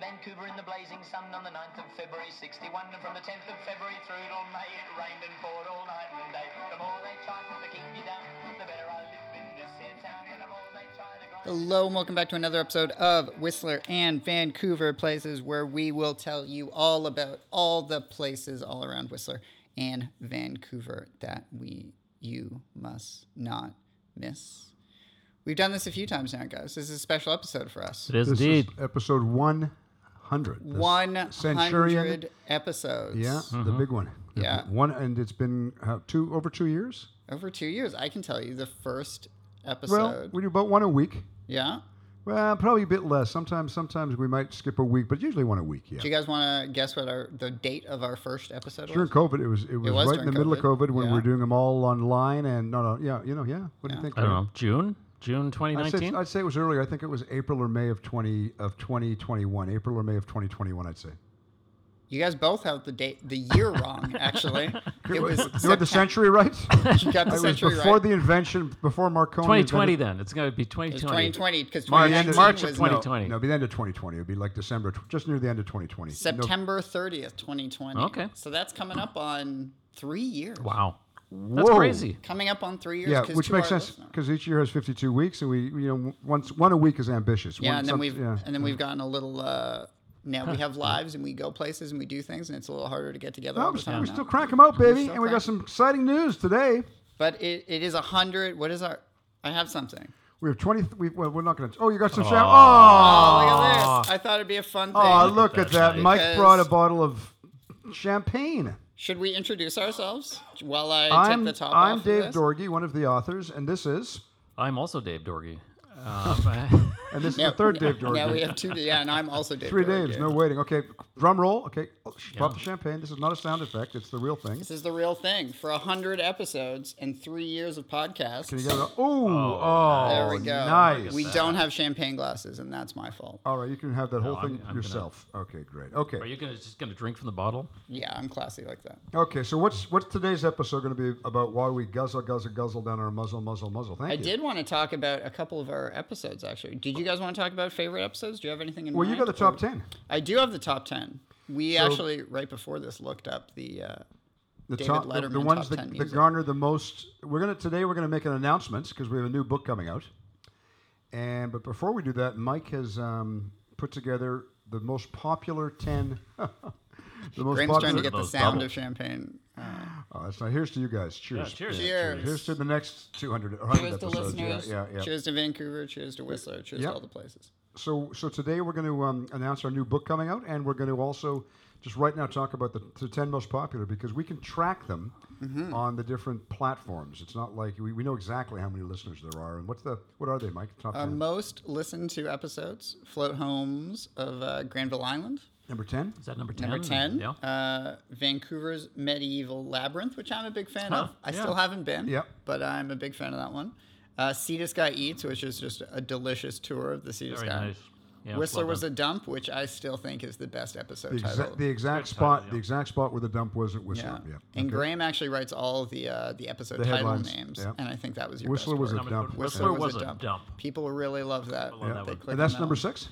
Vancouver in the blazing sun on the 9th of February 61 and from the 10th of February through till May it rained and poured all night and day the more they try to keep me down the better I live in this here town and the more they try to grind Hello and welcome back to another episode of Whistler and Vancouver Places, where we will tell you all about all the places all around Whistler and Vancouver that we you must not miss. We've done this a few times now, guys. This is a special episode for us. It is This indeed. is episode 100. This One hundred Centurion. episodes. Yeah, Mm-hmm. the big one. The Yeah. big One, and it's been uh, two over two years. over two years. I can tell you the first Well, episode. we do about one a week. yeah. Well, probably a bit less. Sometimes, sometimes we might skip a week, but usually one a week. Yeah. Do you guys want to guess what our the date of our first episode During was? COVID, it was it was, was right in the during middle of COVID, COVID when yeah. we were doing them all online and no, no, yeah, you know, yeah. What do you think? I don't know. June? June I'd say, 2019? I'd say it was earlier. I think it was April or May of twenty of twenty twenty one. April or May of twenty twenty one. I'd say. You guys both have the date, the year wrong. Actually, it was You had the Septem- century right. you got the it was century before right. the invention, before Marconi. 2020 invented- then. It's going to be It was 2020. 2020 because March- 2019 March of was 20. no, 2020. No, it'd be the end of 2020. It'd be like December, tw- just near the end of 2020. No- September 30th, 2020. Okay. so that's coming up on three years. Wow. That's Whoa. crazy. coming up on three years. yeah, 'cause which two makes are sense listener. because each year has 52 weeks, and we, you know, w- once one a week is ambitious. Yeah, One- and then some- we've yeah. and then we've gotten a little. Uh, now we have lives and we go places and we do things and it's a little harder to get together. No, all we the still, time we now. still crank them out, baby, still and we got crank- some exciting news today. But it, it is a hundred. What is our? I have something. We have 20. We, well, we're not going to. Oh, you got some champagne. Oh, Oh, look at this! I thought it'd be a fun thing. oh, look at that. Mike Because- brought a bottle of champagne. Should we introduce ourselves while I I'm, take the top off? I'm of Dave this? Dorgy, one of the authors, and this is I'm also Dave Dorgy. Um, and this is Yeah. the third Dave Dorgy. Now we have two. Yeah, and I'm also Dave. Three Dorgan. Daves, no waiting. Okay, drum roll. Okay, oh, sh- pop the champagne. This is not a sound effect. It's the real thing. This is the real thing. For hundred episodes and three years of podcasts, Can you get it? Oh, oh, there we go. Nice. We don't have champagne glasses, and that's my fault. All right, you can have that whole No, I'm- thing I'm gonna- yourself. Okay, great. are Okay, you gonna, just going to drink from the bottle? Yeah, I'm classy like that. okay. So what's what's today's episode going to be about? Why we guzzle, guzzle, guzzle down our muzzle, muzzle, muzzle? Thank I you. did want to talk about a couple of our episodes, actually. Did you guys want to talk about favorite episodes? Do you have anything in Well, you mind? got the top ten. I do have the top ten. We actually right before this looked up the. Uh, The David top, the, the Letterman ones top 10 that, that music. garner the most. We're gonna today. We're gonna make an announcement because we have a new book coming out. And but before we do that, Mike has um, put together the most popular ten. the most Graham's trying to popular. get the Those sound double. of champagne. Oh, that's not. Here's to you guys. Cheers. cheers. Cheers. Here's to the next 200 or 100 Cheers to episodes. Yeah, listeners. yeah, yeah. Cheers to Vancouver. Cheers to Whistler. Cheers Yeah. to all the places. So, so today we're going to um, announce our new book coming out, and we're going to also just right now talk about the, the 10 most popular because we can track them Mm-hmm. on the different platforms. It's not like we, we know exactly how many listeners there are. And what's the what are they, Mike? Top Uh, 10? most listened to episodes: Float Homes of uh, Granville Island, Number 10? Is that number 10? Mm, number ten. Yeah. Uh, Vancouver's Medieval Labyrinth, which I'm a big fan Huh, of. I yeah. still haven't been, Yep. but I'm a big fan of that one. Uh, Sea to Sky Eats, which is just a delicious tour of the Sea to Very Sky. nice. Yeah, Whistler well was a done. dump, which I still think is the best episode The, title. exa- the exact spot, the exact spot where the dump was at Whistler. Yeah. And Okay. Graham actually writes all the uh, the episode The title headlines, names, yeah. and I think that was your Whistler best was a work. Number- dump. Whistler was a dump. People really love that. love that They one. click And that's on number that one. six.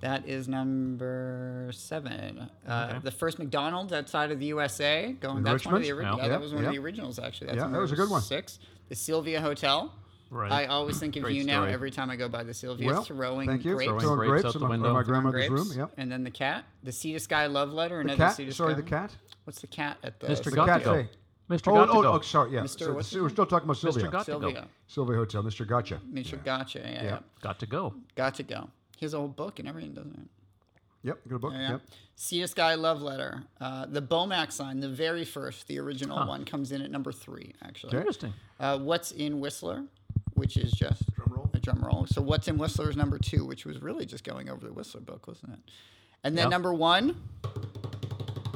That is number seven. Uh, Okay. The first McDonald's outside of the USA. Going. that's one of the Richmond? originals. Yeah, Yeah. that was one of Yeah. the originals actually. That's Yeah, that was a number good one. Six. The Sylvia Hotel. Right. I always think of Great you now story. every time I go by the Sylvia Well, throwing thank you. grapes. Throwing Grapes grapes, out the in my- in window. my grandmother's grapes. room. Yep. And then the cat. The Sea to Sky love letter. The Another cat. Sea to Sorry, Sky. the cat. What's the cat at the Mr. The Gottigo. cafe. Mr. Oh, oh, Gottigo. oh, sorry. Yeah. Mr. So what's his we're still talking about Sylvia. Mr. Gottigo. Sylvia? Sylvia Hotel. Mr. Gotcha. Mr. Gotcha. Yeah, yeah. Got to go. Got to go. He has a whole book and everything, doesn't he? Yep. Good book. Yeah. Yep. See a sky love letter. Uh, the Bomax sign, the very first, the original one, comes in at number three, actually. Okay. Interesting. Uh, what's in Whistler, which is just drum roll. a drum roll. So what's in Whistler is number two, which was really just going over the Whistler book, wasn't it? And then Yeah. number one,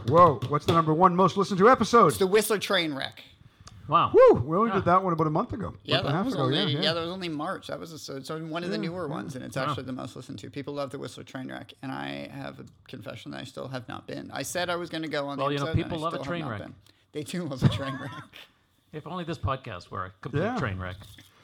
Whoa, what's the number one most listened to episode? the Whistler train wreck. Wow. Woo! We only did that one about a month ago. Yeah, month and a that half was ago. only yeah, yeah, yeah. that was only March. That was a, so, so one of the newer ones, and it's actually the most listened to. People love the Whistler train wreck, and I have a confession that I still have not been. I said I was going to go on. Well, the you know, episode, and people I love a still have train not wreck. Been. They do love a train wreck. If only this podcast were a complete Yeah. train wreck.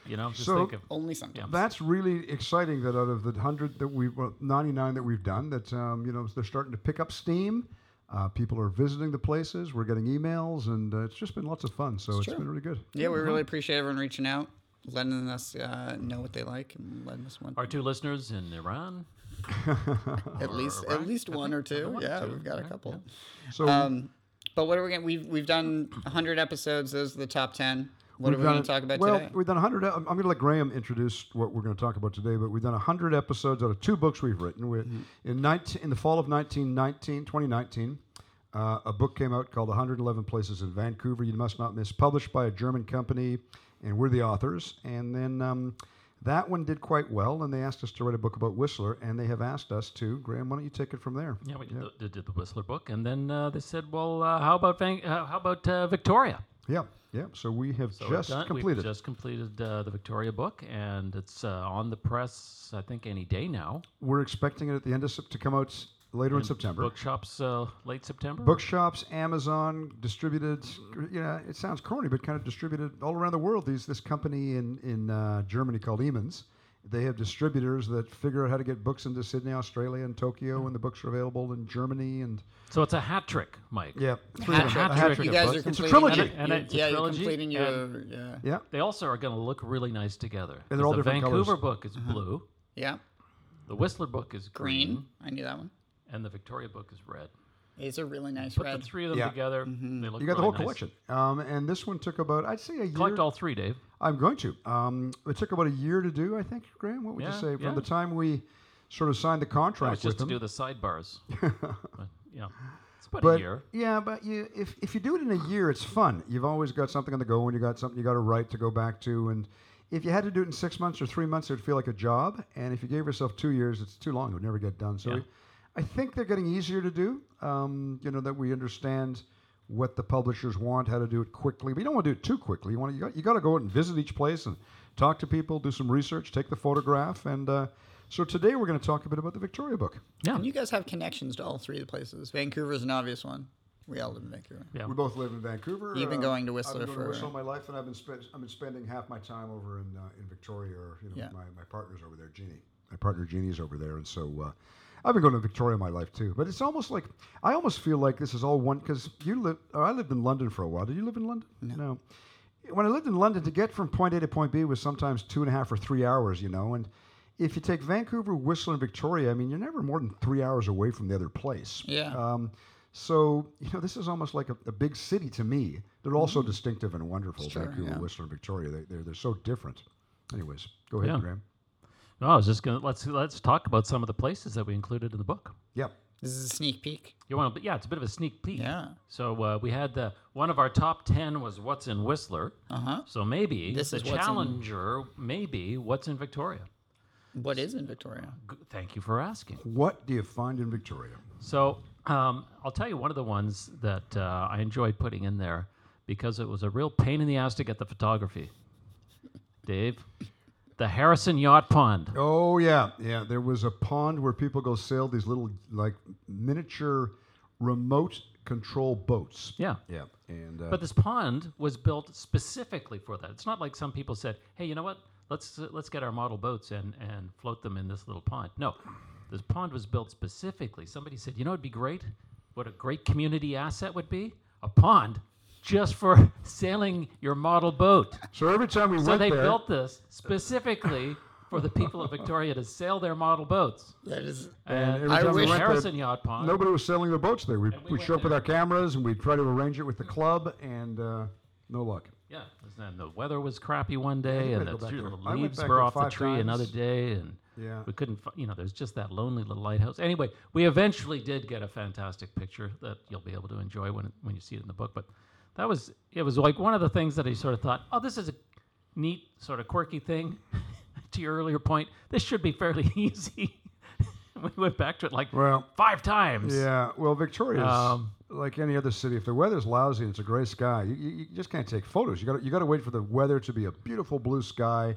You know, just So- think of Only sometimes. That's really exciting. That out of the hundred that we, well, ninety nine that we've done, that um, you know they're starting to pick up steam. Uh, people are visiting the places. We're getting emails, and uh, it's just been lots of fun. So it's been really good. Yeah, we really appreciate everyone reaching out, letting us uh, know what they like, and letting us want our two listeners in Iran. at least at least one or two. yeah, we've got a couple. So Um, but what are we going? to We've we've done 100 episodes. Those are the top 10. What are we done going it- to talk about well, today? we've done 100. e- I'm going to let Graham introduce what we're going to talk about today, but we've done 100 episodes out of two books we've written. we Mm-hmm. in, 19, in the fall of 1919, 2019, uh, a book came out called 111 Places in Vancouver You Must Not Miss, published by a German company, and we're the authors. And then um, that one did quite well, and they asked us to write a book about Whistler, and they have asked us to. Graham, why don't you take it from there? Yeah, we did, The, did the Whistler book, and then uh, they said, "Well, uh, how about Van- uh, how about uh, Victoria?" Yeah, yeah. So we have So we've just done- we've completed. just completed uh, the Victoria book, and it's uh, on the press. I think any day now. We're expecting it at the end of Sep- to come out s- later in September. Bookshops uh, late September. bookshops, Amazon, distributed. You know, it sounds corny, but kind of distributed all around the world. These this company in in uh, Germany called Emons. They have distributors that figure out how to get books into Sydney, Australia, and Tokyo, and the books are available in Germany and So it's a hat trick, Mike. yeah, three Hat of them. trick. A Hat trick you of guys books. are It's a completing trilogy. your- And it's a yeah, trilogy, you're completing your yeah Yeah, They also are going to look really nice together. they're 'cause all the different Mm-hmm. Vancouver colours. book is blue. yeah The Whistler book is green, green. I knew that one. and the Victoria book is red. It's a really nice Put red. Mm-hmm. the three of them Yeah. together. They look you got really the whole nice. collection. Um, and this one took about I'd say a year. Collect all three, Dave. I'm going to. Um, it took about a year to do. I think, Graham. What would you Yeah, say from yeah. the time we sort of signed the That contract was just with to them? do the sidebars. But, yeah, it's about a But year. yeah, but you if, if you do it in a year, it's fun. You've always got something on the go, and you got something you got to write to go back to. And if you had to do it in six months or three months, it would feel like a job. And if you gave yourself two years, it's too long; it would never get done. So, Yeah. we- I think they're getting easier to do. Um, you know that we understand what the publishers want, how to do it quickly. But you don't want to do it too quickly. You want to, you got you got to go out and visit each place and talk to people, do some research, take the photograph, and uh, so today we're going to talk a bit about the Victoria book. Yeah, And you guys have connections to all three of the places. Vancouver's an obvious one. We all live in Vancouver. yeah. We both live in Vancouver. Um, You've been going to Whistler I've been going for- to Whistler my life, and I've been spend, I've been spending half my time over in uh, in Victoria. Or, you know, Yeah. my, my partner's over there, Jeannie. My partner Jeannie's over there, and so uh, I've been going to Victoria my life too. But it's almost like I almost feel like this is all one because you live. Or I lived in London for a while. Did you live in London? No. When I lived in London, to get from point A to point B was sometimes two and a half or three hours. You know, and if you take Vancouver, Whistler, and Victoria, I mean, you're never more than three hours away from the other place. Yeah. Um, so you know, this is almost like a, a big city to me. They're all Mm. so distinctive and wonderful. Vancouver, Whistler, and Victoria. They, they're they're so different. Anyways, go ahead, Yeah. Graham. No, I was just gonna let's let's talk about some of the places that we included in the book. Yep. This is a sneak peek. You want to, yeah, it's a bit of a sneak peek. Yeah. So uh, we had the one of our top ten was what's in Whistler. Uh Uh-huh. So maybe This the is what's in- challenger, maybe what's in Victoria. What is in Victoria? G- thank you for asking. What do you find in Victoria? So um, I'll tell you one of the ones that uh, I enjoyed putting in there because it was a real pain in the ass to get the photography. Dave, the Harrison Yacht Pond. Oh yeah, yeah. There was a pond where people go sail these little like miniature remote control boats. Yeah. Yeah. And uh, But this pond was built specifically for that. It's not like some people said, "Hey, you know what? Let's uh, let's get our model boats and and float them in this little pond." No, this pond was built specifically. Somebody said, "You know, it'd be great. What a great community asset would be a pond." Just for sailing your model boat, so every time we so went they there, built this specifically for the people of Victoria to sail their model boats. That is and every I time we wish- went there, Harrison Yacht Pond. nobody was sailing the boats there. We we we would went show up with there. our cameras and we would try to arrange it with the club, and uh, no luck. Yeah, and the weather was crappy one day, I and gotta the, go back tree- there. the I went leaves back were there off the five tree another times. day, and Yeah. we couldn't. fi- You know, there's just that lonely little lighthouse. Anyway, we eventually did get a fantastic picture that you'll be able to enjoy when it- when you see it in the book. But that was it was like one of the things that I sort of thought, oh, this is a neat sort of quirky thing. to your earlier point, this should be fairly easy. we went back to it like Well, five times. Yeah, well, Victoria's Um, like any other city. If the weather's lousy and it's a gray sky, you, you, you just can't take photos. You got to you got to wait for the weather to be a beautiful blue sky,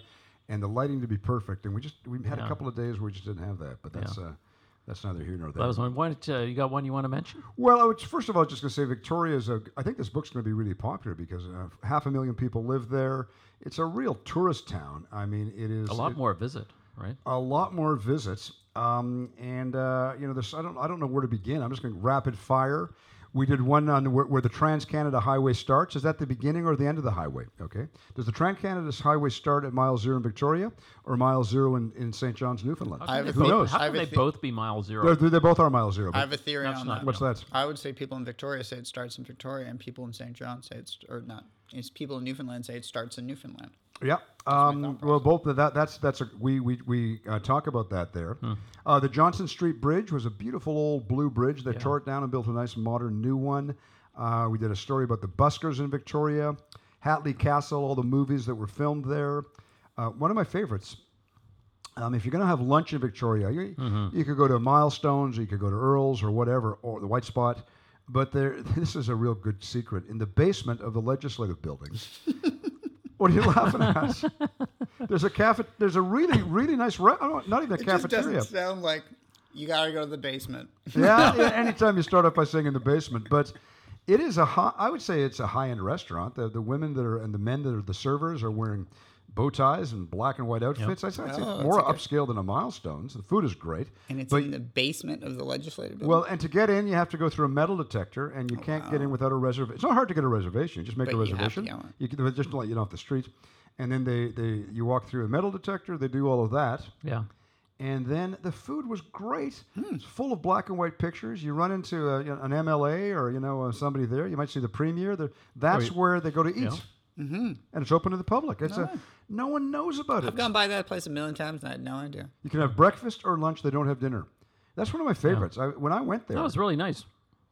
and the lighting to be perfect. And we just we had a couple of days where we just didn't have that. But that's uh, That's neither here nor there. That was one. Why don't, uh, you got one you want to mention? Well, I was, first of all, just going to say Victoria's. A, I think this book's going to be really popular because uh, half a million people live there. It's a real tourist town. I mean, it is A lot it- more visit, right? a lot more visits. Um, and uh, you know, there's I don't I don't know where to begin. I'm just going rapid fire. We did one on where, where the Trans Canada Highway starts. Is that the beginning or the end of the highway? Okay. Does the Trans Canada Highway start at mile zero in Victoria or mile zero in, in St. John's, Newfoundland? I have a Both- theory. How I can have a they the- both be mile zero? They're, they're both are mile zero. I but- have a theory That's on not- that. What's that? I would say people in Victoria say it starts in Victoria, and people in St. John say it's or not. It's people in Newfoundland say it starts in Newfoundland. Yeah. Um, well, both of that. That's that's a, we we we uh, talk about that there. Uh, the Johnson Street Bridge was a beautiful old blue bridge. They tore it down and built a nice modern new one. Uh, we did a story about the buskers in Victoria, Hatley Castle, all the movies that were filmed there. Uh, one of my favorites. Um, if you're going to have lunch in Victoria, you, you could go to Milestones, or you could go to Earl's, or whatever, or the White Spot. But there, this is a real good secret. In the basement of the legislative buildings, what are you laughing at? There's a cafe. There's a really, really nice. Re- I don't, not even a cafeteria. sound like you gotta go to the basement. Yeah, yeah. Anytime you start off by saying in the basement, but it is a high. I would say it's a high-end restaurant. The, the women that are and the men that are the servers are wearing bow ties and black and white outfits. I'd say it's Oh, more it's like a- upscale than a milestones. The food is great. And it's But- in the basement of the legislative building. Well, and to get in, you have to go through a metal detector, and you can't get in without a reservation. It's not hard to get a reservation. You just make But a you have to reservation. get one. You can, they just let you know off the street, and then they, they you walk through a metal detector. They do all of that, yeah. and then the food was great. Hmm. It's full of black and white pictures. You run into a, you know, an MLA or you know uh, somebody there. You might see the premier. The, that's yeah. where they go to eat, Yeah. Mm-hmm. and it's open to the public. It's a no one knows about it. I've gone by that place a million times and I had no idea. you can have breakfast or lunch. They don't have dinner. That's one of my favorites. I, when I went there, That was really nice.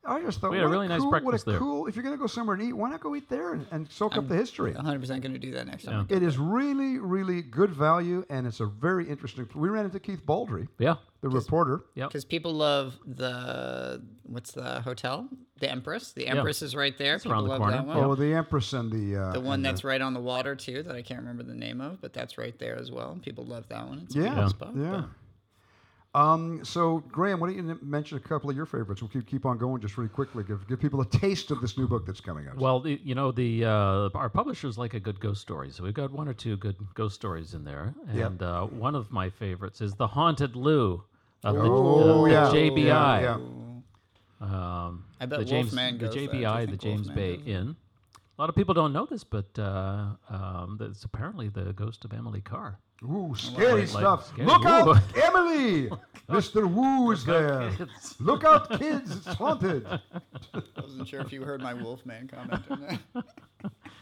I just thought We had a what really nice cool, what a breakfast there. cool. If you're going to go somewhere and eat, why not go eat there and, and soak up the history? 100 percent gonna do that next time. It is really, really good value, and it's a very interesting. We ran into Keith Baldry, Yeah. the reporter. Yep. Because people love the what's the hotel? The Empress. The Empress is right there. people around the love corner. that one. Oh, the Empress and the uh, The one and that's right on the water too, that I can't remember the name of, but that's right there as well. People love that one. It's a yeah, beautiful yeah. spot, but- Um, so Graham, why don't you n- mention a couple of your favorites? We'll keep keep on going just really quickly. Give give people a taste of this new book that's coming out. Well, the, you know, the uh, our publishers like a good ghost story, so we've got one or two good ghost stories in there, Yep. and uh, one of my favorites is the haunted Lou of the, of oh the yeah, JBI. yeah, yeah. Um, I bet the James, Wolfman the goes there. Do you JBI, the think James Wolfman Bay goes Inn. A lot of people don't know this, but uh, um, it's apparently the ghost of Emily Carr. Ooh, scary stuff. scary. Look out, Ooh. Emily! Mr. Wu is there. kids. Look out, kids, it's haunted. I wasn't sure if you heard my Wolfman comment or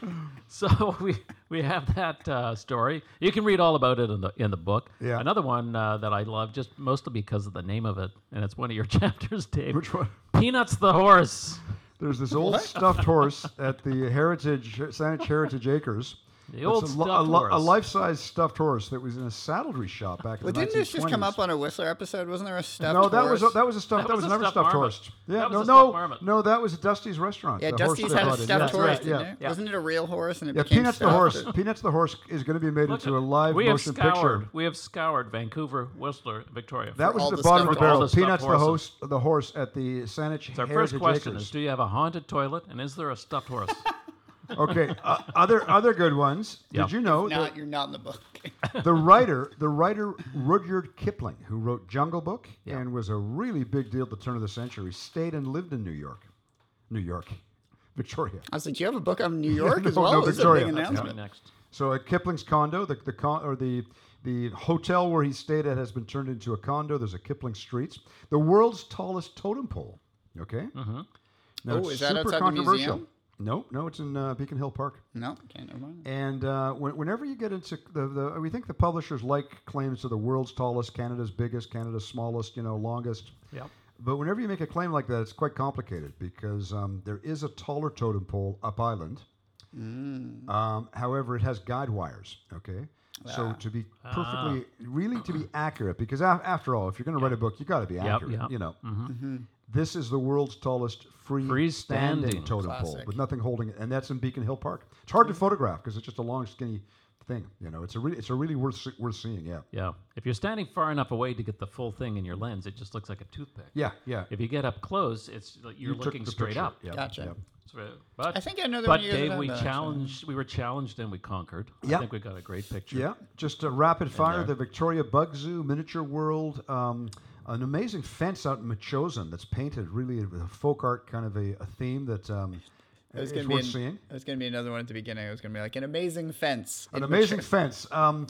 not. So we we have that uh, story. You can read all about it in the in the book. Yeah. Another one uh, that I love, just mostly because of the name of it, and it's one of your chapters, Dave. Which one? Peanuts the horse. There's this old stuffed horse at the Heritage Saanich Heritage Acres. The old It's a, stuffed horse. A life-size stuffed horse that was in a saddlery shop back in Well, the didn't this just come 1920s. up on a Whistler episode? Wasn't there a stuffed No, that was a, horse? that was a stuffed. That, That was, was a never a stuffed stuffed marmot. horse. Yeah, That no, was a no, stuffed marmot. no. That was Dusty's restaurant. yeah, the horse Dusty's they had a brought in. stuffed That's horse, right, didn't yeah. it? Wasn't it a real horse and it Yeah, became Peanuts the stuffed? horse. Peanuts the horse is going to be made Look into at- a live we motion have scoured, picture. We have scoured Vancouver, Whistler, Victoria. That was all the, the bottom of the stuffed barrel. horses. Peanuts the All the horse, the horse at the Saanich Our Heritage first question Acres. is: Do you have a haunted toilet, and is there a stuffed horse? okay, uh, other other good ones. Yeah. Did you know that Not, you're not in the book. the writer, the writer Rudyard Kipling, who wrote Jungle Book and was a really big deal at the turn of the century, stayed and lived in New York, New York, Victoria. I was like, "Do you have a book on New York as no, well?" no, It was Victoria. a big That's Coming announcement. next. So at Kipling's condo, the the con- or the the hotel where he stayed at has been turned into a condo. There's a Kipling Streets, the world's tallest totem pole. Okay. Mm-hmm. Now, Oh, it's is that super outside the controversial. museum? No, no, it's in uh, Beacon Hill Park. No, can't never mind. And uh, when, whenever you get into the, the, we think the publishers like claims to the world's tallest, Canada's biggest, Canada's smallest, you know, longest. Yep. But whenever you make a claim like that, it's quite complicated because um, there is a taller totem pole up island. Um, however, it has guide wires. Okay. So to be perfectly, really to be accurate, because af- after all, if you're going to write a book, you got to be accurate. yep. You know, this is the world's tallest free standing Freestanding. totem pole Classic. with nothing holding it, and that's in Beacon Hill Park. It's hard to photograph because it's just a long, skinny thing. You know, it's a re- it's a really worth se- worth seeing. Yeah, Yeah. If you're standing far enough away to get the full thing in your lens, it just looks like a toothpick. yeah, yeah. If you get up close, it's like you're You took looking the straight picture. up. Yeah, Gotcha. yeah. So, uh, But, I think I know the but one you're Dave, talking we about, actually. challenged. We were challenged and we conquered. Yeah. I think we got a great picture. Yeah, just a rapid uh, fire. there. The Victoria Bug Zoo, Miniature World, um, an amazing fence out in Machosen that's painted really with a folk art kind of a, a theme that um, It was is gonna be worth an- seeing. It was gonna be another one at the beginning. It was gonna be like an amazing fence. An in amazing Mature- fence. Um,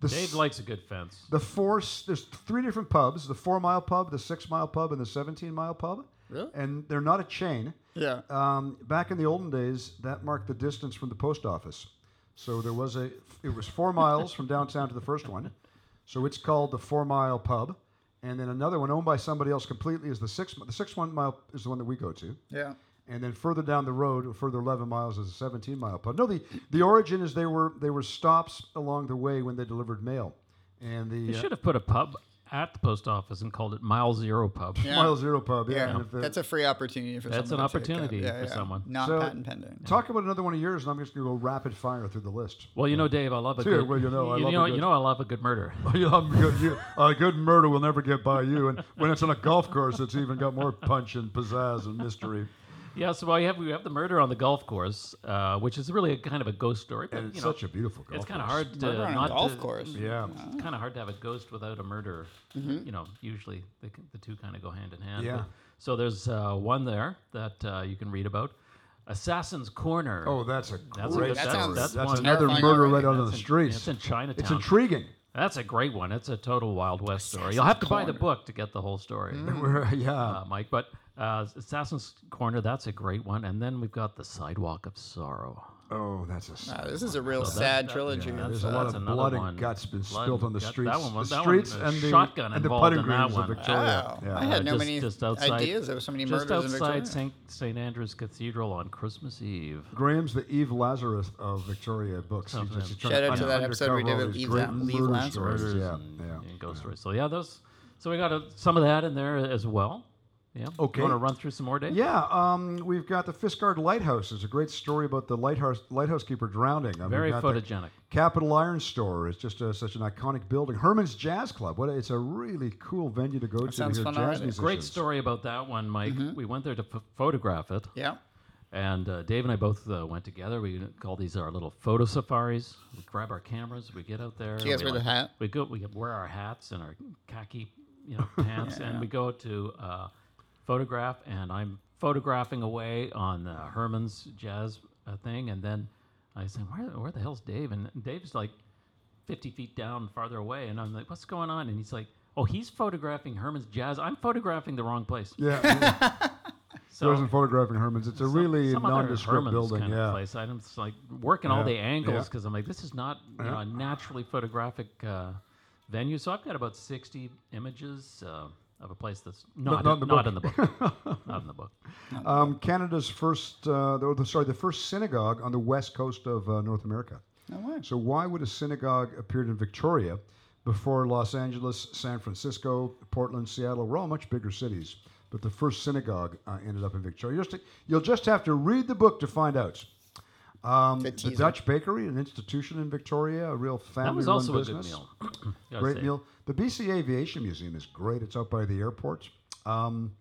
the Dave s- likes a good fence. the four s- there's three different pubs: the four mile pub, the six mile pub, and the seventeen mile pub. Really? And they're not a chain. Yeah. Um, back in the olden days, that marked the distance from the post office. So there was a, it was four miles from downtown to the first one. So it's called the Four Mile Pub, and then another one owned by somebody else completely is the six. The six one mile is the one that we go to, Yeah. and then further down the road, a further eleven miles is the seventeen mile pub. No, the the origin is they were they were stops along the way when they delivered mail, and They the uh, should have put a pub at the post office and called it Mile Zero Pub. Yeah. Mile Zero Pub. Yeah, Yeah, and if uh, the- that's a free opportunity for That's someone an to take up. opportunity Yeah, for yeah. someone. Not So- patent pending. talk about another one of yours, and I'm just going to go rapid fire through the list. Well, you know, Dave, I love a Sure, good. well, you know, I you, love a know good- you know, I love a good murder. Yeah, I'm good. You, a good murder will never get by you, and when it's on a golf course, it's even got more punch and pizzazz and mystery. yeah, so we have we have the murder on the golf course, uh, which is really a kind of a ghost story. But And it's you know, such a beautiful golf. it's kind of course. hard to Murder on a not golf to- course. Yeah, It's kind of hard to have a ghost without a murderer. You know, usually the, c- the two kind of go hand in hand. Mm-hmm. Yeah. But- so there's uh, one there that uh, you can read about, Assassin's Corner. Oh, that's a That's a great. good- story. that sounds- that's, that's another terrifying murder already. right out on That's the in- streets. It's in Chinatown. It's intriguing. That's a great one. It's a total Wild West story. You'll have to buy the Corner. book to get the whole story, Hmm. We're- yeah, uh, Mike. But uh, Assassin's Corner, that's a great one. And then we've got The Sidewalk of Sorrow. Oh, that's a. Wow, this is a real sad that- trilogy. yeah, There's So a lot that's of another blood one. and guts been Blood spilled and on the gut- that streets. one was- the that one- streets the and the shotgun and the involved putting in that greens of one. Victoria. Wow. Yeah. I had no just- many just outside- ideas. There were so many Just murders in Victoria. outside St. St. Andrew's Cathedral on Christmas Eve. Graham's the Eve Lazarus of Victoria books. He's just trying Shout out to un- that episode we undercover did all with these Eve great La- Eve murder Lazarus. stories. Yeah, and, yeah. and ghost stories. So Mm, yeah, those. So we got a, some of that in there as well. Yeah. Okay. You want to run through some more, Dave? Yeah, um, we've got the Fiskard Lighthouse. It's a great story about the lighthouse lighthouse keeper drowning. I mean, Very we've got the photogenic. Capital Iron Store is just a, such an iconic building. Herman's Jazz Club. What a, it's a really cool venue to go to. sounds to hear fun jazz already. Great musicians. Great story about that one, Mike. Mm-hmm. We went there to ph photograph it, Yeah. and uh, Dave and I both uh, went together. We call these our little photo safaris. We grab our cameras, we get out there. you guys we wear the hat? We go. We wear our hats and our khaki, you know, pants, and we go to uh, photograph. And I'm photographing away on uh, Herman's jazz uh, thing, and then I said, "Where, where the hell's Dave?" And Dave's like. 50 feet down farther away and i'm like what's going on and he's like oh he's photographing herman's jazz i'm photographing the wrong place Yeah, yeah. so it wasn't photographing Herman's. It's a some- really some other nondescript Herman's building. kind yeah. of place. I'm just like working all Yeah, the angles yeah. because I'm like, this is not you know, a naturally photographic uh, venue. So I've got about 60 images uh, of a place that's not, not in the not book. in the book. not in the book. Um, Canada's first, uh, the, the- sorry, the first synagogue on the west coast of uh, North America. No way. So why would a synagogue appeared in Victoria before Los Angeles, San Francisco, Portland, Seattle were all much bigger cities? But the first synagogue uh, ended up in Victoria. Just you'll just have to read the book to find out. Um, It's a the teaser. Dutch Bakery, an institution in Victoria, a real That was family-run also a good business. meal. Gotta Great say. meal. The BC Aviation Museum is great. It's out by the airport. Um,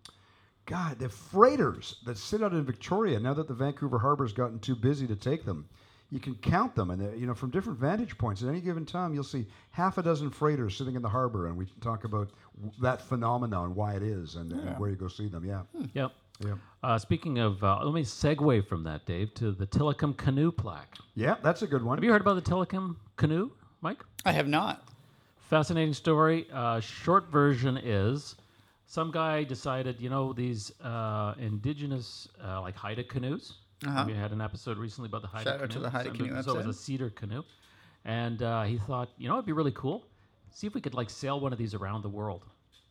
God, the freighters that sit out in Victoria now that the Vancouver harbor's gotten too busy to take them. You can count them, and they're- you know from different vantage points at any given time, you'll see half a dozen freighters sitting in the harbor, and we can talk about w- that phenomenon, why it is, and, and where you go see them. Yeah, Yep. yeah, Uh, speaking of, uh, let me segue from that, Dave, to the Tillicum Canoe plaque. yeah, that's a good one. Have you heard about the Tillicum Canoe, Mike? I have not. Fascinating story. Uh, short version is some guy decided, you know, these uh, indigenous, uh, like Haida canoes. We had an episode recently about the Haida Uh-huh. Shout out to canoe. the Haida so, canoe So it was a episode. cedar canoe. And uh, he thought, you know, it'd be really cool. See if we could like sail one of these around the world.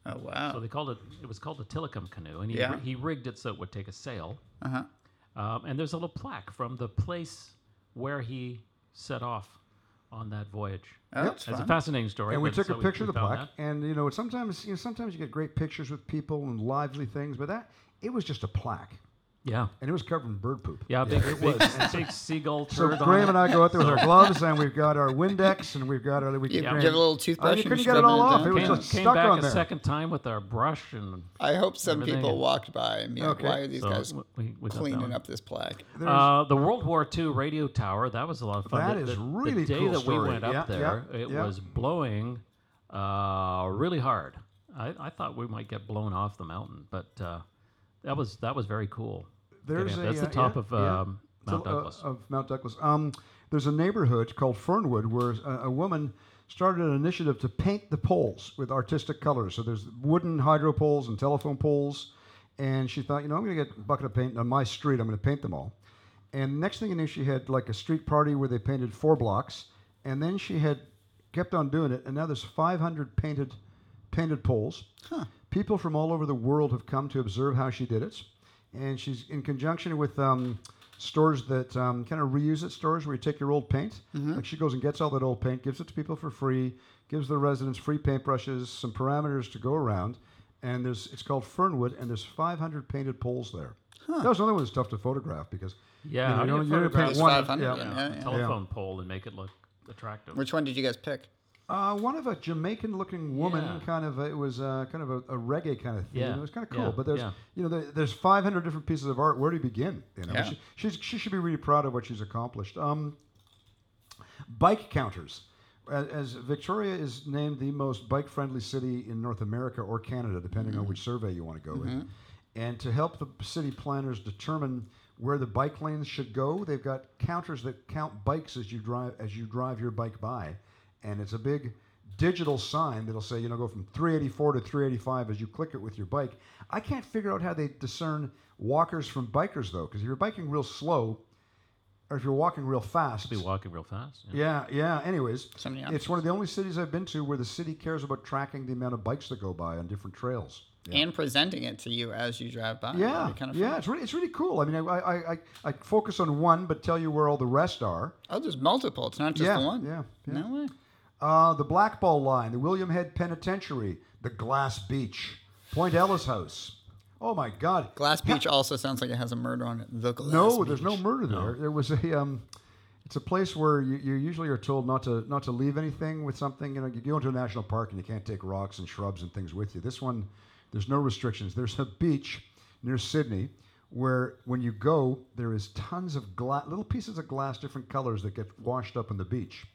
Oh wow. So they called it, it was called the Tillicum canoe. And he, Yeah. he rigged it so it would take a sail. Uh-huh. Um, and there's a little plaque from the place where he set off on that voyage. Oh, that's It's a fun. fascinating story. And we but took so a picture of we the found plaque, and you know, it's sometimes you know, sometimes you get great pictures with people and lively things, but that it was just a plaque. Yeah. and it was covered in bird poop. Yeah, big, it big, was. big seagull So turd on Graham and it. I go out there with our gloves, and we've got our Windex, and we've got our. We You keep Graham- give it a little Oh, toothbrush. and you couldn't scrub get it all down. off. It was Came, just came stuck back on a there. second time with our brush and I hope some Everything people in- walked by and be like, Okay. "Why are these So guys we- we- we got that one. cleaning up this plaque?" There's- Uh, the World War II radio tower. That was a lot of fun. That The- is the- really the day cool that we story. went up Yeah, there. yeah, it yeah. was blowing uh, really hard. I, I thought we might get blown off the mountain, but uh, that was that was very cool. There's Getting- that's a, the uh, top yeah, of yeah. um, So, Mount uh, Douglas. of Mount Douglas. Um, there's a neighborhood called Fernwood where a, a woman started an initiative to paint the poles with artistic colors. So there's wooden hydro poles and telephone poles, and she thought, you know, I'm going to get a bucket of paint on my street. I'm going to paint them all. And next thing you knew, she had like a street party where they painted four blocks, and then she had kept on doing it, and now there's 500 painted painted poles. People from all over the world have come to observe how she did it, and she's in conjunction with um, stores that um, kind of reuse it stores where you take your old paint. Like she goes and gets all that old paint, gives it to people for free, gives the residents free paintbrushes, some parameters to go around, and there's it's called Fernwood, and there's 500 painted poles there. That was another one that's tough to photograph because Yeah, you know, how you do you don't- you don't photograph paint There's one. 500, yeah. yeah. a telephone pole and make it look attractive. Which one did you guys pick? Uh, one of a Jamaican-looking woman, Yeah. kind of. It was uh, kind of a, a reggae kind of thing. Yeah. It was kind of Yeah. cool. But there's, Yeah. you know, there, there's 500 different pieces of art. Where do you begin? You know, Yeah. she, she's, she should be really proud of what she's accomplished. Um, bike counters. As, as Victoria is named the most bike-friendly city in North America or Canada, depending on which survey you want to go with, and to help the city planners determine where the bike lanes should go, they've got counters that count bikes as you drive as you drive your bike by, and it's a big digital sign that'll say you know go from 384 to 385 as you click it with your bike. I can't figure out how they discern walkers from bikers though, because if you're biking real slow, or if you're walking real fast, be walking real fast. Yeah. yeah, yeah. Anyways, Somebody else. it's one of the only cities I've been to where the city cares about tracking the amount of bikes that go by on different trails. And presenting it to you as you drive by. That'd Yeah, be kinda yeah. fun. It's really, it's really cool. I mean, I, I, I, I focus on one, but tell you where all the rest are. Oh, there's multiple. It's not just yeah, the one. yeah, yeah. No way. Uh, the Black Ball Line, the William Head Penitentiary, the Glass Beach, Point Ellis House. Oh my God! Glass Beach also sounds like it has a murder on it. The Glass no, there's no Beach. murder there. There was a um, it's a place where you, you usually are told not to not to leave anything with something. You know, you go into a national park and you can't take rocks and shrubs and things with you. This one, there's no restrictions. There's a beach near Sydney where when you go, there is tons of gla- little pieces of glass, different colors that get washed up on the beach.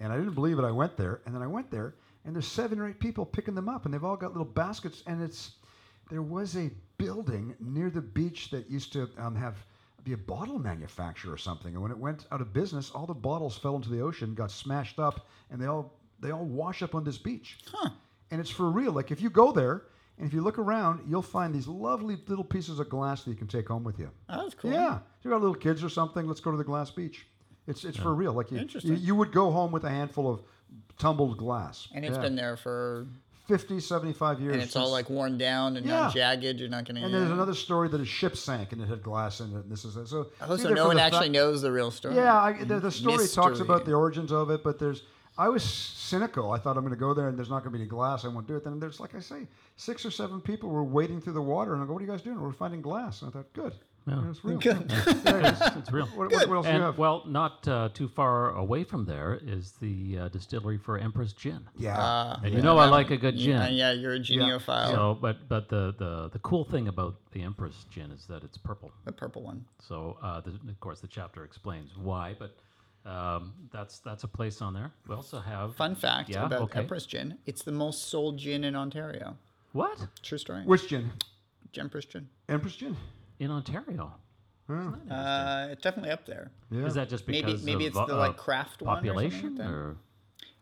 And I didn't believe it. I went there, and then I went there, and there's seven or eight people picking them up, and they've all got little baskets. And it's there was a building near the beach that used to um, have be a bottle manufacturer or something. And when it went out of business, all the bottles fell into the ocean, got smashed up, and they all they all wash up on this beach. And it's for real. Like if you go there and if you look around, you'll find these lovely little pieces of glass that you can take home with you. Oh, that's cool. Yeah, if you got little kids or something. Let's go to the glass beach. It's it's for real. Like you, Interesting. you, you would go home with a handful of tumbled glass. And it's Yeah. been there for, 50, 75 years. and it's all since- like worn down and not Yeah. jagged. You're not going to. And there's another story that a ship sank and it had glass in it. And this is it. So Oh, it's so either no for one the actually fa- knows the real story. Yeah, I, the, the story talks about Mystery. the origins of it, but there's. I was cynical. I thought I'm going to go there and there's not going to be any glass. I won't do it. Then there's, like I say, six or seven people were wading through the water, and I go, "What are you guys doing? We're finding glass." And I thought, "Good, Yeah. it's real. Good. There it is. It's real. What, what, what else do you And have? well, not uh, too far away from there is the uh, distillery for Empress Gin. yeah, Uh, And you know I like a good gin. yeah, yeah, you're a geneophile. So, but but the, the the cool thing about the Empress gin is that it's purple. The purple one. So, uh, the, of course, the chapter explains why. But um, that's that's a place on there. We also have Fun fact Yeah, about okay. Empress Gin: it's the most sold gin in Ontario. what True story. which gin? Empress Gin. Empress gin. in Ontario. Uh, it's definitely up there. Yeah. Is that just Maybe- because maybe of, it's the, uh, like, craft one or something like population that? or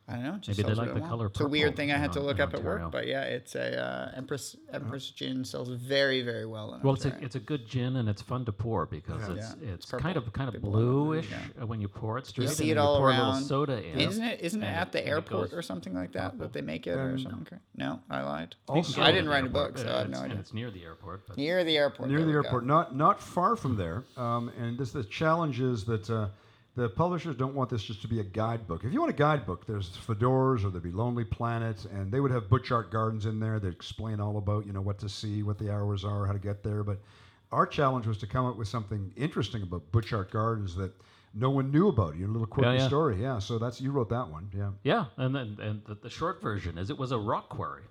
I don't know. it Just Maybe they sells like what it the wants. color It's a weird purple thing I in had to Ont- look in up at work, Ontario. but yeah, it's a uh, Empress Empress Gin sells very very well. In well, it's a, Ontario. it's a good gin and it's fun to pour because it's Yeah. it's, It's kind purple. of kind of People love it. bluish Yeah. uh, when you pour it straight. you and see then it all pour A around. little soda in. Isn't it isn't it and at the and it airport goes or something like that that they make it or something? cra- No, I lied. Oh. Also, I didn't write a book, so I it's, have no and idea. it's near the airport. But Near the airport. near there the we go. airport, not not far from there. Um, and this the challenge is that uh, the publishers don't want this just to be a guidebook. If you want a guidebook, there's Fedoras or there'd be Lonely Planet, and they would have Butchart Gardens in there that explain all about you know what to see, what the hours are, how to get there. But our challenge was to come up with something interesting about Butch Art Gardens that no one knew about. Your little quirky yeah. story, yeah. So that's you wrote that one, yeah. Yeah, and then and the, the short version is it was a rock quarry.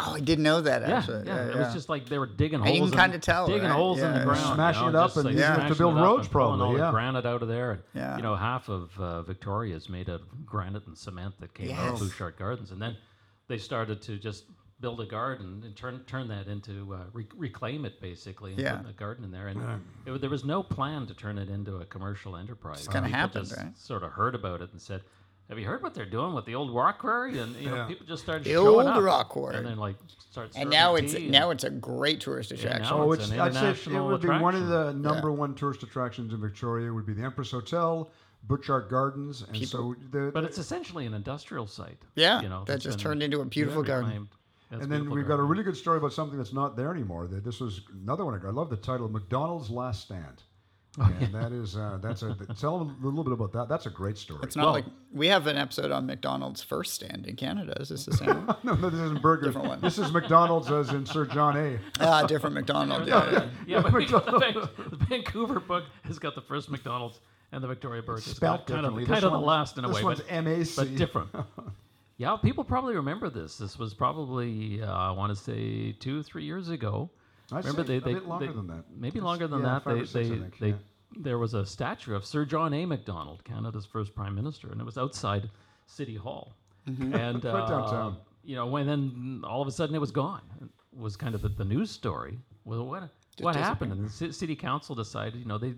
Oh, I didn't know that Yeah, actually. yeah, it was just like they were digging holes. you can in- kinda tell, digging right? holes in Yeah. the ground, Smashing you it know, up just, and like, using it to smashing build up roads, and pulling all probably, the yeah. granite out of there, and Yeah. you know, half of uh, Victoria is made out of granite and cement that came out of Yes. Bouchard Gardens, and then they started to just build a garden and turn turn that into uh, re- reclaim it basically and Yeah. put a garden in there, and it, wa- there was no plan to turn it into a commercial enterprise. Just kinda happened, just right? Sort of heard about it and said. Have you heard what they're doing with the old rock quarry? And you know, Yeah. people just started The showing old up, rock quarry. and then like start. and now serving it's tea and- now it's a great tourist attraction. now Oh, it's it's, an I'd say it international would be one of attraction. the number one tourist attractions in Victoria. Would be the Empress Hotel, Butch Art Gardens, and so the, But it's essentially an industrial site. yeah, you know, that that's just been turned into a beautiful garden. reclaimed. That's and then beautiful we've got a garden. really good story about something that's not there anymore. That this was another one. I love the title, McDonald's Last Stand. Oh, and that is uh, that's a tell them a little bit about that. That's a great story. It's not Well- like we have an episode on McDonald's first stand in Canada. Is this the same one? no, no, this isn't burgers. Different one. This is McDonald's, as in Sir John A. ah, different McDonald's. Yeah, yeah. yeah, but we got the, Van- the Vancouver book has got the first McDonald's and the Victoria Bird. has got Spelt kind of differently. kind This of the one- last in a this way, one's but, MAC. but different. yeah, people probably remember this. This was probably uh, I want to say two, three years ago. I'd remember say they, a they, bit longer they- than that. Maybe It's- longer than yeah, that. five They, or six, I they, think, they, yeah. there was a statue of Sir John A. Macdonald, Canada's first prime minister, and it was outside City Hall. And uh, downtown. you know, when then all of a sudden it was gone. It was kind of the, the news story. Well, what what happened? And the ci- city council decided, you know, they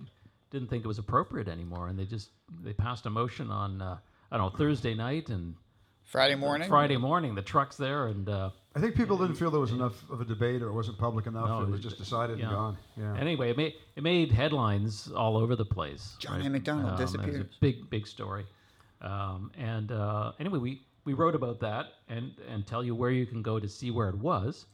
didn't think it was appropriate anymore, and they just they passed a motion on uh, I don't know Thursday night and Friday morning. Friday morning. The truck's there, and uh, I think people didn't feel there was enough of a debate, or it wasn't public enough. No, it was it- just decided yeah. and gone. Yeah. Anyway, it made it made headlines all over the place. John A. MacDonald it was a disappeared. Big big story. Um, and uh, anyway, we, we wrote about that and and tell you where you can go to see where it was.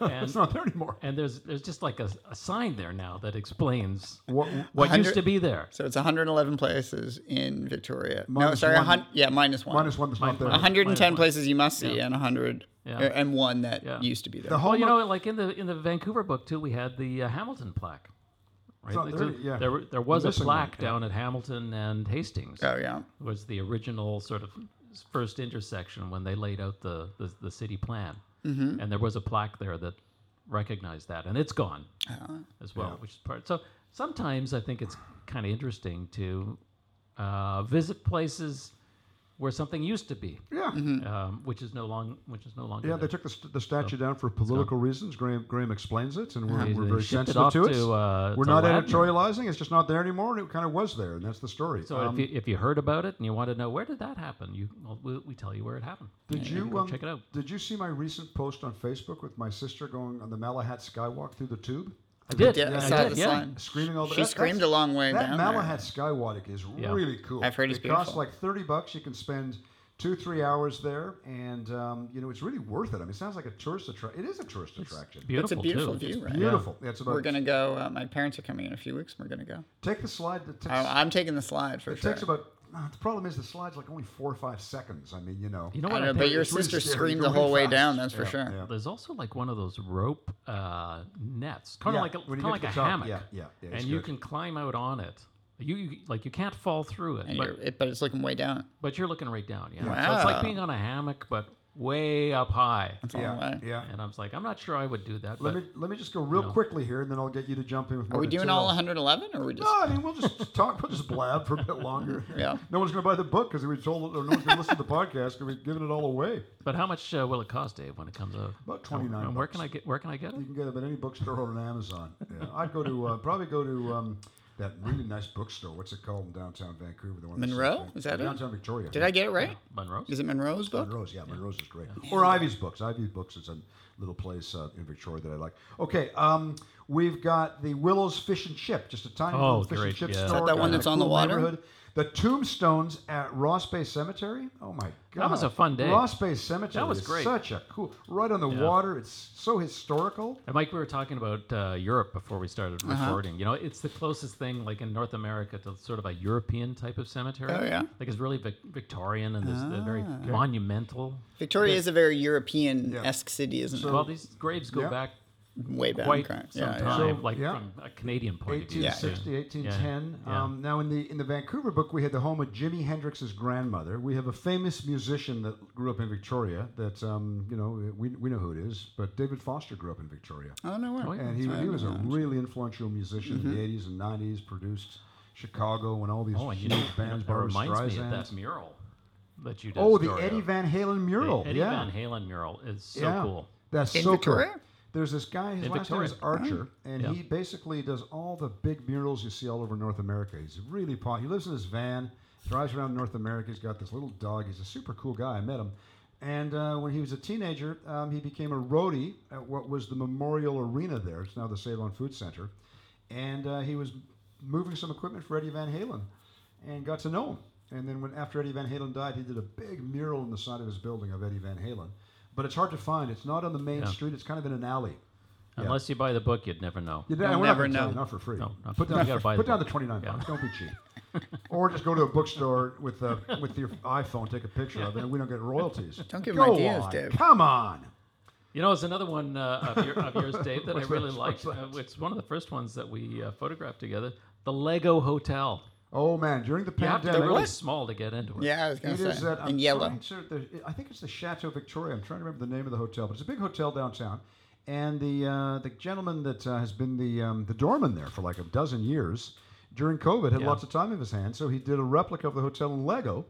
And, it's not there anymore. and there's there's just like a, a sign there now that explains What, what used hundred- to be there. So it's 111 places in Victoria. no, Minus sorry, a one. hun- yeah, minus one. minus one that's not Minus there. one. 110 minus places you must see, and 100 Yeah. er, and one that Yeah. used to be there. The whole Well, you know, like in the in the Vancouver book too, we had the uh, Hamilton plaque. Right? not Like, there, so yeah. there, were- there was a missing one, plaque down at Hamilton and Hastings. oh yeah, was the original sort of first intersection when they laid out the, the, the city plan. Mm-hmm. And there was a plaque there that recognized that, and it's gone Ah. as well, which is part. So sometimes I think it's kind of interesting to uh, visit places where something used to be, yeah. um, which is no long, which is no longer. Yeah, they there. took the, st- the statue down for political reasons. Graham, Graham explains it, and we're, They- we're they very shipped it sensitive off to it. to, uh, we're to not Ladner. editorializing; it's just not there anymore, and it kind of was there, and that's the story. So Um, if, you, if you heard about it and you want to know where did that happen, you well, we, we tell you where it happened. did you go um, check it out? Did you see my recent post on Facebook with my sister going on the Malahat Skywalk through the tube, I did. yeah, I I saw did, the yeah. sign. screaming all She the? that- that's- screamed a long way That down there. Malahat Skywalk is Yeah. really cool. I've heard it's it costs beautiful. like thirty bucks. You can spend two, three hours there, and um, you know it's really worth it. I mean, it sounds like a tourist attraction. It is a tourist attraction. Beautiful too. beautiful view, right? Beautiful. Yeah. it's about We're gonna go. Uh, my parents are coming in a few weeks. and We're gonna go. Take the slide. That takes, Oh, I'm taking the slide for it sure. takes about. uh, the problem is the slide's like only four or five seconds. I mean, you know. You know I what? I know, think- but your it's really sister scary. screamed the You go really whole way fast. down. That's for sure. yeah. There's also like one of those rope uh, nets, kind Yeah, of like a, when kind you of like get to a the top, hammock. yeah, yeah, yeah, and it's you good. can climb out on it. You, you like you can't fall through it, And but you're, it, but it's looking way down. but you're looking right down. Yeah. So it's Wow. like being on a hammock, but way up high. It's a long yeah, way. yeah. And I was like, I'm not sure I would do that. Let But me let me just go real quickly here, and then I'll get you to jump in. With Are we doing all 111, or are we just? No, I mean we'll just talk. We'll just blab for a bit longer. Yeah. No one's going to buy the book because we told. Or no one's going to listen to the podcast because we've given it all away. but how much uh, will it cost, Dave, when it comes out? About 29 And where bucks. Mm-hmm. can I get where can I get it? You can get it at any bookstore or on Amazon. Yeah. I'd go to uh, probably go to um, that really nice bookstore. What's it called in downtown Vancouver? The one that's- Monroe? Is that it? downtown Victoria? Did I get it right? Monroe's. Is it Monroe's book? Monroe's, yeah, Monroe's is great. Or Ivy's Books. Ivy's Books is a little place uh, in Victoria that I like. Okay, um, we've got the Willows Fish and Chip, just a tiny Oh, little fish great, and chip yeah. Is store. that that down one in a that's on the cool water? neighborhood. The tombstones at Ross Bay Cemetery. Oh my god, was a fun day. Ross Bay Cemetery. That was is great. Such a cool, right on the water. It's so historical. And Mike, we were talking about uh, Europe before we started recording. You know, it's the closest thing, like in North America, to sort of a European type of cemetery. Oh, yeah? like it's really Vic- Victorian and it's they're very monumental. Victoria is a very European esque city, isn't it? well, these graves go Yeah. back way back. quite right? some yeah, yeah. time, So, like yeah. from a Canadian point of view. 1860, yeah. 1810. Yeah, yeah. Um, now, in the in the Vancouver book, we had the home of Jimi Hendrix's grandmother. We have a famous musician that grew up in Victoria. That um, you know, we, we know who it is. But David Foster grew up in Victoria, Oh no way! Oh, yeah. and he, he was a really influential musician in the 80s and 90s. Produced Chicago and all these Oh, and you huge know, bands. that Barbra reminds me Streisand. of that mural that you did. Oh, the story Eddie of. Van Halen mural. Eddie yeah. Van Halen mural is so cool. That's In so Victoria? cool. There's this guy, his In last name is Victoria. Mm-hmm. Archer, and Yeah. he basically does all the big murals you see all over North America. He's really pop. He lives in his van, drives around North America. He's got this little dog. He's a super cool guy. I met him. And uh, when he was a teenager, um, he became a roadie at what was the Memorial Arena there. It's now the Save On Food Center. And uh, he was moving some equipment for Eddie Van Halen and got to know him. And then when after Eddie Van Halen died, he did a big mural on the side of his building of Eddie Van Halen. But it's hard to find. It's not on the main Yeah. street. It's kind of in an alley. Yeah. Unless you buy the book, you'd never know. You You'll and we're not never gonna tell know. you, Not for free. No, not put for free. down, You gotta buy put the down the book. twenty nine Yeah. bucks. Don't be cheap. or just go to a bookstore with uh, with your iPhone, take a picture of it, and we don't get royalties. Don't give him Go ideas, on. Dave. Come on. You know, it's another one uh, of, your, of yours, Dave, that I What's really that? liked. What's that? Uh, it's one of the first ones that we uh, photographed together. The Lego Hotel. Oh man, during the You have to be pandemic, really what? small to get into it. Yeah, I was gonna it say is that in yellow. trying to- the- I think it's the Chateau Victoria. I'm trying to remember the name of the hotel, but it's a big hotel downtown. And the uh, the gentleman that uh, has been the um, the doorman there for like a dozen years during COVID had Yeah. lots of time in his hands, so he did a replica of the hotel in Lego.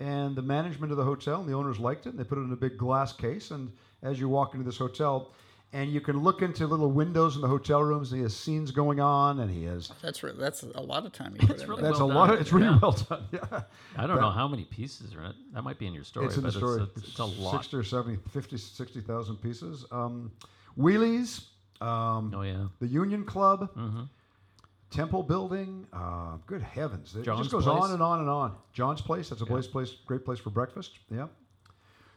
And the management of the hotel and the owners liked it, and they put it in a big glass case. And as you walk into this hotel, and you can look into little windows in the hotel rooms, and he has scenes going on, and he has That's re- that's a lot of time. You put in really there. that's Well a done. lot. Of, it's really Yeah. well done. Yeah. I don't know how many pieces are in it. That might be in your story, It's in the but story. It's, it's, it's a lot. 60 or 70, 50, 60,000 pieces. Um, wheelies, um, Oh, yeah. the Union Club, Mm-hmm. Temple Building. Uh, good heavens. It John's just goes Place. on and on and on. John's Place, that's a place, place, great place for breakfast. Yeah.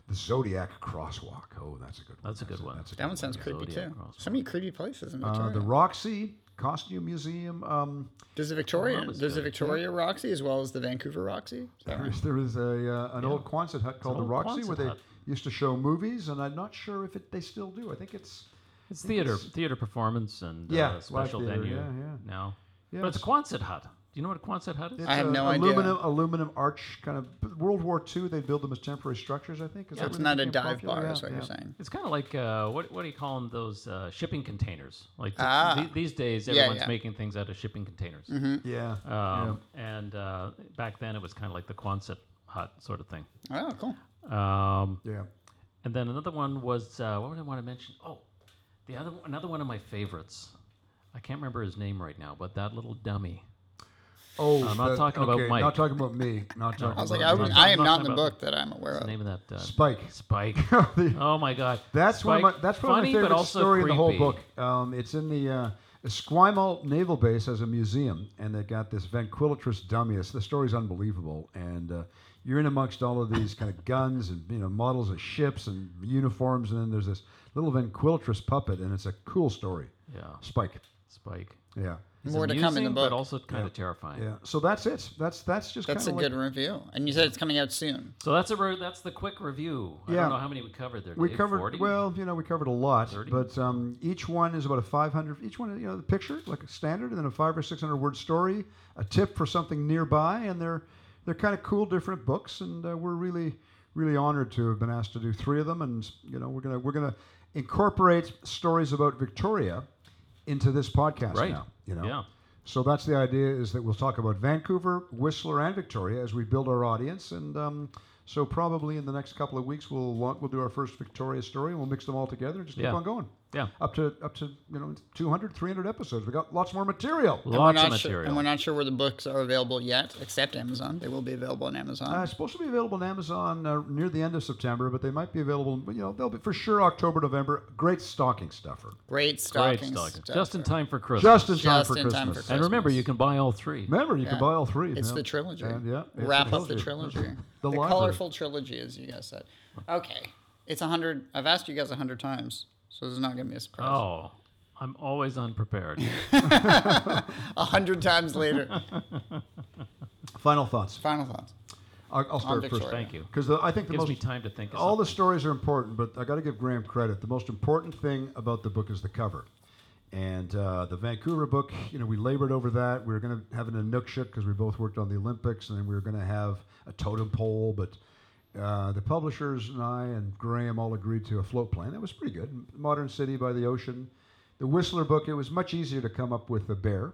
The Zodiac Crosswalk. Oh, that's a good one. That's a good one. That's a That one sounds creepy Zodiac too. Crosswalk. So many creepy places in uh, Victoria. the Roxy Costume Museum. Um, there's a Victoria. That was There's a good. Victoria Roxy as well as the Vancouver Roxy. Is that There right? is, there is a uh, an old Quonset hut called the old Roxy where Quonset they hut. used to show movies, and I'm not sure if it, they still do. I think it's It's theater, theater performance and Yeah, uh, live special theater, venue yeah, yeah. now. Yeah, but it's a it's- Quonset hut. Do you know what a Quonset hut is? it's I have a no idea. aluminum, Aluminum arch kind of World War II. They build them as temporary structures. I think. Is that It's when not they a became dive popular? bar, Yeah, is what yeah. you're saying. It's kind of like uh, what what do you call them? Those uh, shipping containers. Like th- Ah. th- these days, Yeah, everyone's yeah. making things out of shipping containers. Yeah. Um, And uh, back then, it was kind of like the Quonset hut sort of thing. Oh, cool. Um, yeah. yeah. and then another one was uh, what would I want to mention? Oh, the other another one of my favorites. I can't remember his name right now, but that little dummy. Oh, I'm not that- talking about okay, Mike. Not talking about me. Not talking. I was like, I, about would, me. I am I'm not in talking the about book that I'm aware The of. name of that uh, Spike. Spike. The- oh my God. That's one of my, Spike, that's one funny, of but my favorite also story in the whole creepy. book. Um, it's in the uh, Esquimalt Naval Base as a museum, and they got this ventriloquist dummy. It's, the story's unbelievable, and uh, you're in amongst all of these kind of guns and you know models of ships and uniforms, and then there's this little ventriloquist puppet, and it's a cool story. Yeah, Spike. Spike. Yeah. It's More to come in the amusing, book. but also kind of terrifying. Yeah. So that's it. That's that's just That's a kind of like, good review. And you said it's coming out soon. So that's a re- that's the quick review. I Yeah. don't know how many we covered there. we Dave, covered 40? well you know we covered a lot 30? but um, each one is about a 500 each one you know the picture like a standard and then a five or six hundred word story a tip for something nearby and they're they're kind of cool different books and uh, we're really really honored to have been asked to do three of them and you know we're gonna we're gonna incorporate stories about victoria into this podcast Right. now you know Yeah. so that's the idea is that we'll talk about Vancouver, Whistler, and Victoria as we build our audience. And um, so probably in the next couple of weeks we'll wa- we'll do our first Victoria story and we'll mix them all together and just keep Yeah. on going. Yeah. Up to up to you know 200, 300 episodes. We got lots more material. And we're, Lots of not sure, material. and we're not sure where the books are available yet, except Amazon. They will be available on Amazon. Uh, it's supposed to be available on Amazon uh, near the end of September, but they might be available. but, You know, they'll be for sure October, November. Great stocking stuffer, Great Great stocking stocking. stuffer. Just in time for Christmas. just in time Just for in Christmas. time for and remember, you can buy all three. Remember, you Yeah. can buy all three. It's yeah. the trilogy. And, yeah, it's Wrap up the That's trilogy. right. The, library. colorful trilogy, as you guys said. Okay. It's a 100. I've asked you guys a 100 times, so this is not going to be a surprise. Oh, I'm always unprepared. A 100 times later. Final thoughts. Final thoughts. I'll, I'll start first. Victoria. Thank you. Because I think the Gives most me time to think. Of all the something. stories are important, but I got to give Graham credit. The most important thing about the book is the cover. And uh, the Vancouver book, you know, we labored over that. We were going to have an Inukshuk because we both worked on the Olympics, and then we were going to have a totem pole. But uh, the publishers and I and Graham all agreed to a float plane. That was pretty good. Modern City by the Ocean. The Whistler book, it was much easier to come up with a bear.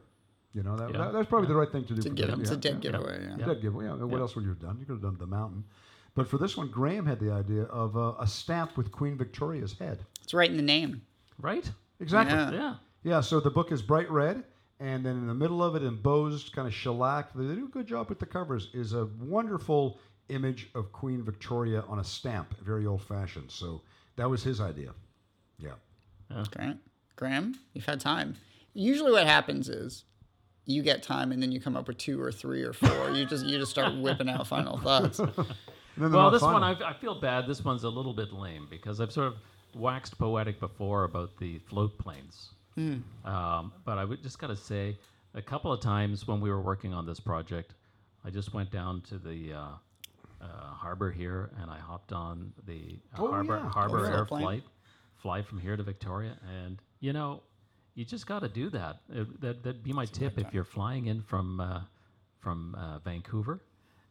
You know, that, Yeah. that, was probably the right thing to do. to for get them. him. It's Yeah, a dead yeah. giveaway. Yeah. Dead giveaway. Yeah. What else would you have done? You could have done the mountain. But for this one, Graham had the idea of uh, a stamp with Queen Victoria's head. It's right in the name. right? Exactly. Yeah. Yeah. Yeah. So the book is bright red, and then in the middle of it, embossed, kind of shellac. They do a good job with the covers. Is a wonderful image of Queen Victoria on a stamp, very old fashioned. So that was his idea. Yeah. Graham, Graham, you've had time. Usually, what happens is you get time, and then you come up with two or three or four. you just you just start whipping out final thoughts. And then the Well, Mount this one Final. I've, I feel bad. This one's a little bit lame because I've sort of waxed poetic before about the float planes. Hmm. Um, but I would just got to say, a couple of times when we were working on this project, I just went down to the uh, uh, harbor here and I hopped on the uh, Oh, harbor yeah. harbor Oh, yeah. air Float plane. flight, fly from here to Victoria, and you know, you just got to do that. It- that that'd be my tip if you're flying in from uh, from uh, Vancouver,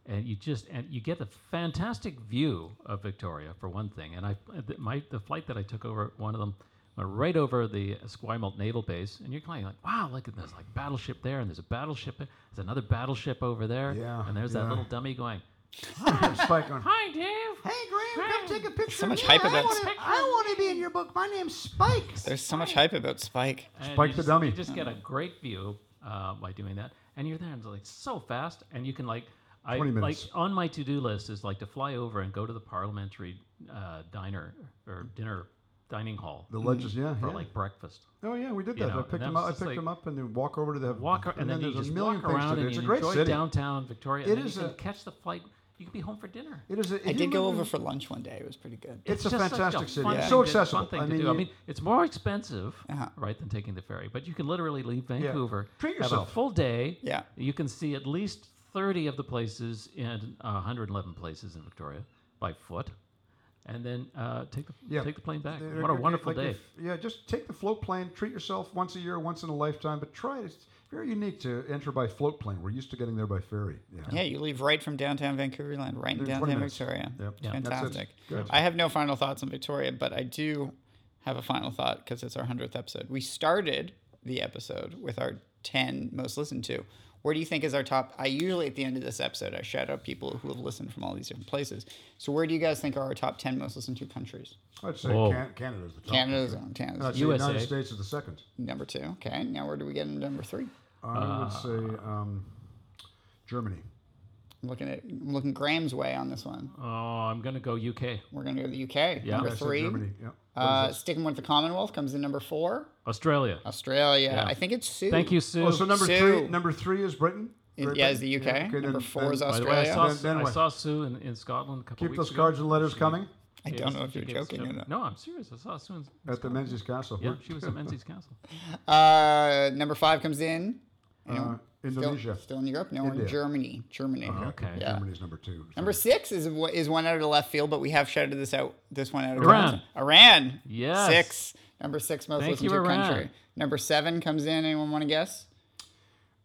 and you just and you get a fantastic view of Victoria for one thing. And I th- my the flight that I took over one of them went right over the Esquimalt Naval Base, and you're kind of like, wow, look at this like battleship there, and there's a battleship, there, there's another battleship over there, Yeah, and there's yeah. that little dummy going, Spike on. hi Dave, Hey, Graham, come take a picture. So of much me. hype I about wanna- Spike. I want to be in your book. My name's Spike. There's so much hype about Spike. And Spike you the just, dummy. You just get a great view uh, by doing that, and you're there, and it's like so fast, and you can like. I, 20 like minutes. on my to-do list is like to fly over and go to the parliamentary uh, diner or dinner dining hall Mm. The legends, yeah, for yeah. like breakfast. Oh yeah, we did You that. know, I and picked that them was up. I just picked like- them up and then walk over to the Walk ar- and, then, you there's just a million walk things around to do. and It's you a great enjoy city. downtown Victoria. It and then is you a- can catch the flight. You can be home for dinner. It is. A, I if did you go live over in- for lunch one day. It was pretty good. It's a just such fantastic city. fun It's thing so to- fun accessible. thing I to mean, do. you- I mean, it's more expensive, Uh-huh. right, than taking the ferry. But you can literally leave Vancouver, Treat have yourself. a full day. Yeah. you can see at least thirty of the places in uh, 111 places in Victoria by foot, and then uh, take the Yeah. take the plane back. they're- what a they're- wonderful like day! if- yeah, just take the float plane. Treat yourself once a year, once in a lifetime, but try it. It's very unique to enter by float plane. We're used to getting there by ferry. Yeah. Yeah, you leave right from downtown Vancouverland, right in They're 20 downtown minutes. Victoria. Yep. It's Yeah. That's it. Fantastic. Good. I have no final thoughts on Victoria, but I do have a final thought because it's our 100th episode. We started the episode with our 10 most listened to. Where do you think is our top? I usually at the end of this episode, I shout out people who have listened from all these different places. So, where do you guys think are our top 10 most listened to countries? I'd say Whoa. Can- Canada's the top. Canada's country. on I'd Canada's say United USA. States is the second. number two. Okay, now where do we get into number three? I Uh, would say um, Germany. I'm looking at I'm looking Graham's way on this one. Oh, I'm gonna go UK, We're going to go to the UK. Yeah. number I said three. Germany. Yeah. Uh, sticking with the Commonwealth comes in number four. Australia. Oh. Australia. Yeah. I think it's Sue. Thank you, Sue. oh, so number Sue. three. Number three is Britain. It- Great yeah, it's Britain. the UK. Yeah, okay, Number then- four is then- By the Australia. way, I saw, Then- then I what? saw Sue in, in Scotland a couple Keep weeks those ago. cards and letters coming I She don't gave know us- if you're she gave us- joking or not. No, I'm serious. I saw Sue in, at the Menzies Castle. yeah, she was at Menzies Castle. Uh, number five comes in. Uh, Still, Indonesia. still in Europe. No, we're in India. Germany. Germany. okay. Yeah. Germany's number two. so- Number six is wh- is one out of the left field, but we have shouted this out. This one out of Iran. bounds. Iran. Yes. Six. Number six most Thank listened you, to Iran. country. Number seven comes in. Anyone want to guess?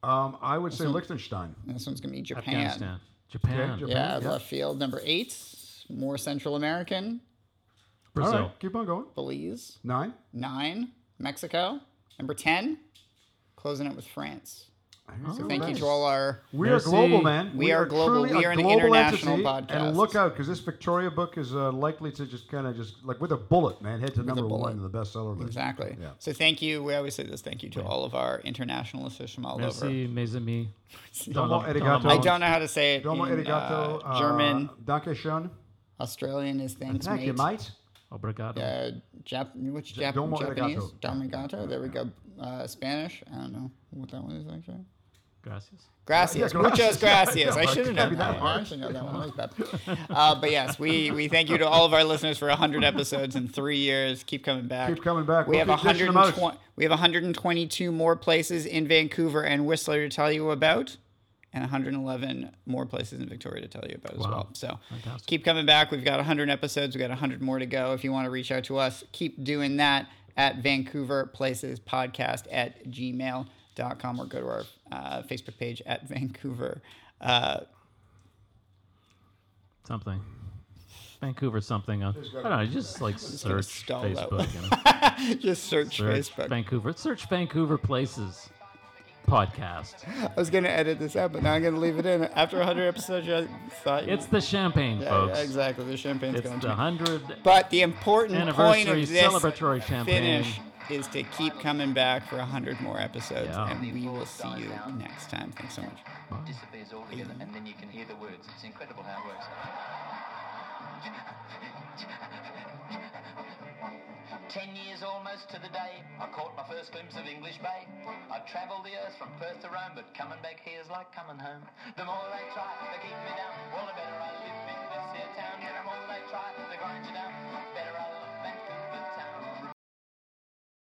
Um, I would say Liechtenstein. This one's gonna be Japan. Afghanistan, Japan, Okay, Japan. Yeah, Yeah. left field. Number eight, more Central American. Brazil. All right, keep on going. Belize. Nine. Nine, Mexico. Number 10, closing it with France. So thank you to all our. We are Merci. global, man. We are global. truly We a are an global international entity, podcast. And look out, because this Victoria book is uh, likely to just kind of just like with a bullet, man, head to number bullet. one in the bestseller list. Exactly. Yeah. So thank you. We always say this thank you to all of our international listeners from all Merci, mes amis. Domo Domo- arigato. over. I don't know how to say it. Domo in, arigato. uh, German. Danke schön. Australian is thanks, Thank mate. you, mate. Obrigado. Uh, Jap- which Jap- domo Japanese? arigato. Domigato. There we go. Uh, Spanish. I don't know what that one is actually. Gracias. Gracias. Uh, Yeah, Muchas gracias. gracias. I No, should have it can't known be that that. one. I hard. should know that one was bad. Uh, but yes, we, we thank you to all of our listeners for 100 episodes in three years. Keep coming back. Keep coming back. We We'll have keep dishing 'em 120, we have 122 more places in Vancouver and Whistler to tell you about. and 111 more places in Victoria to tell you about as Wow. well. So Fantastic. keep coming back. We've got 100 episodes. We've got 100 more to go. If you want to reach out to us, keep doing that at Vancouver Places Podcast at gmail.com or go to our uh, Facebook page at Vancouver. Uh, something. Vancouver something on. I don't know. Just like search stall that one. Facebook. You know, just search, search Facebook. Vancouver. Search Vancouver places podcast. I was going to edit this out, but now I'm going to leave it in. After 100 episodes, I thought It's the champagne, Yeah, yeah, folks. exactly. The champagne's It's going the to. hundred But the important point anniversary of this celebratory champagne. finish is to keep coming back for 100 more episodes, Yeah. and we will see you next time. Thanks so much. disappears altogether, and then you can hear the words. It's incredible how it works. Ten years almost to the day, I caught my first glimpse of English Bay. I travelled the earth from Perth to Rome, but coming back here's like coming home. The more I try,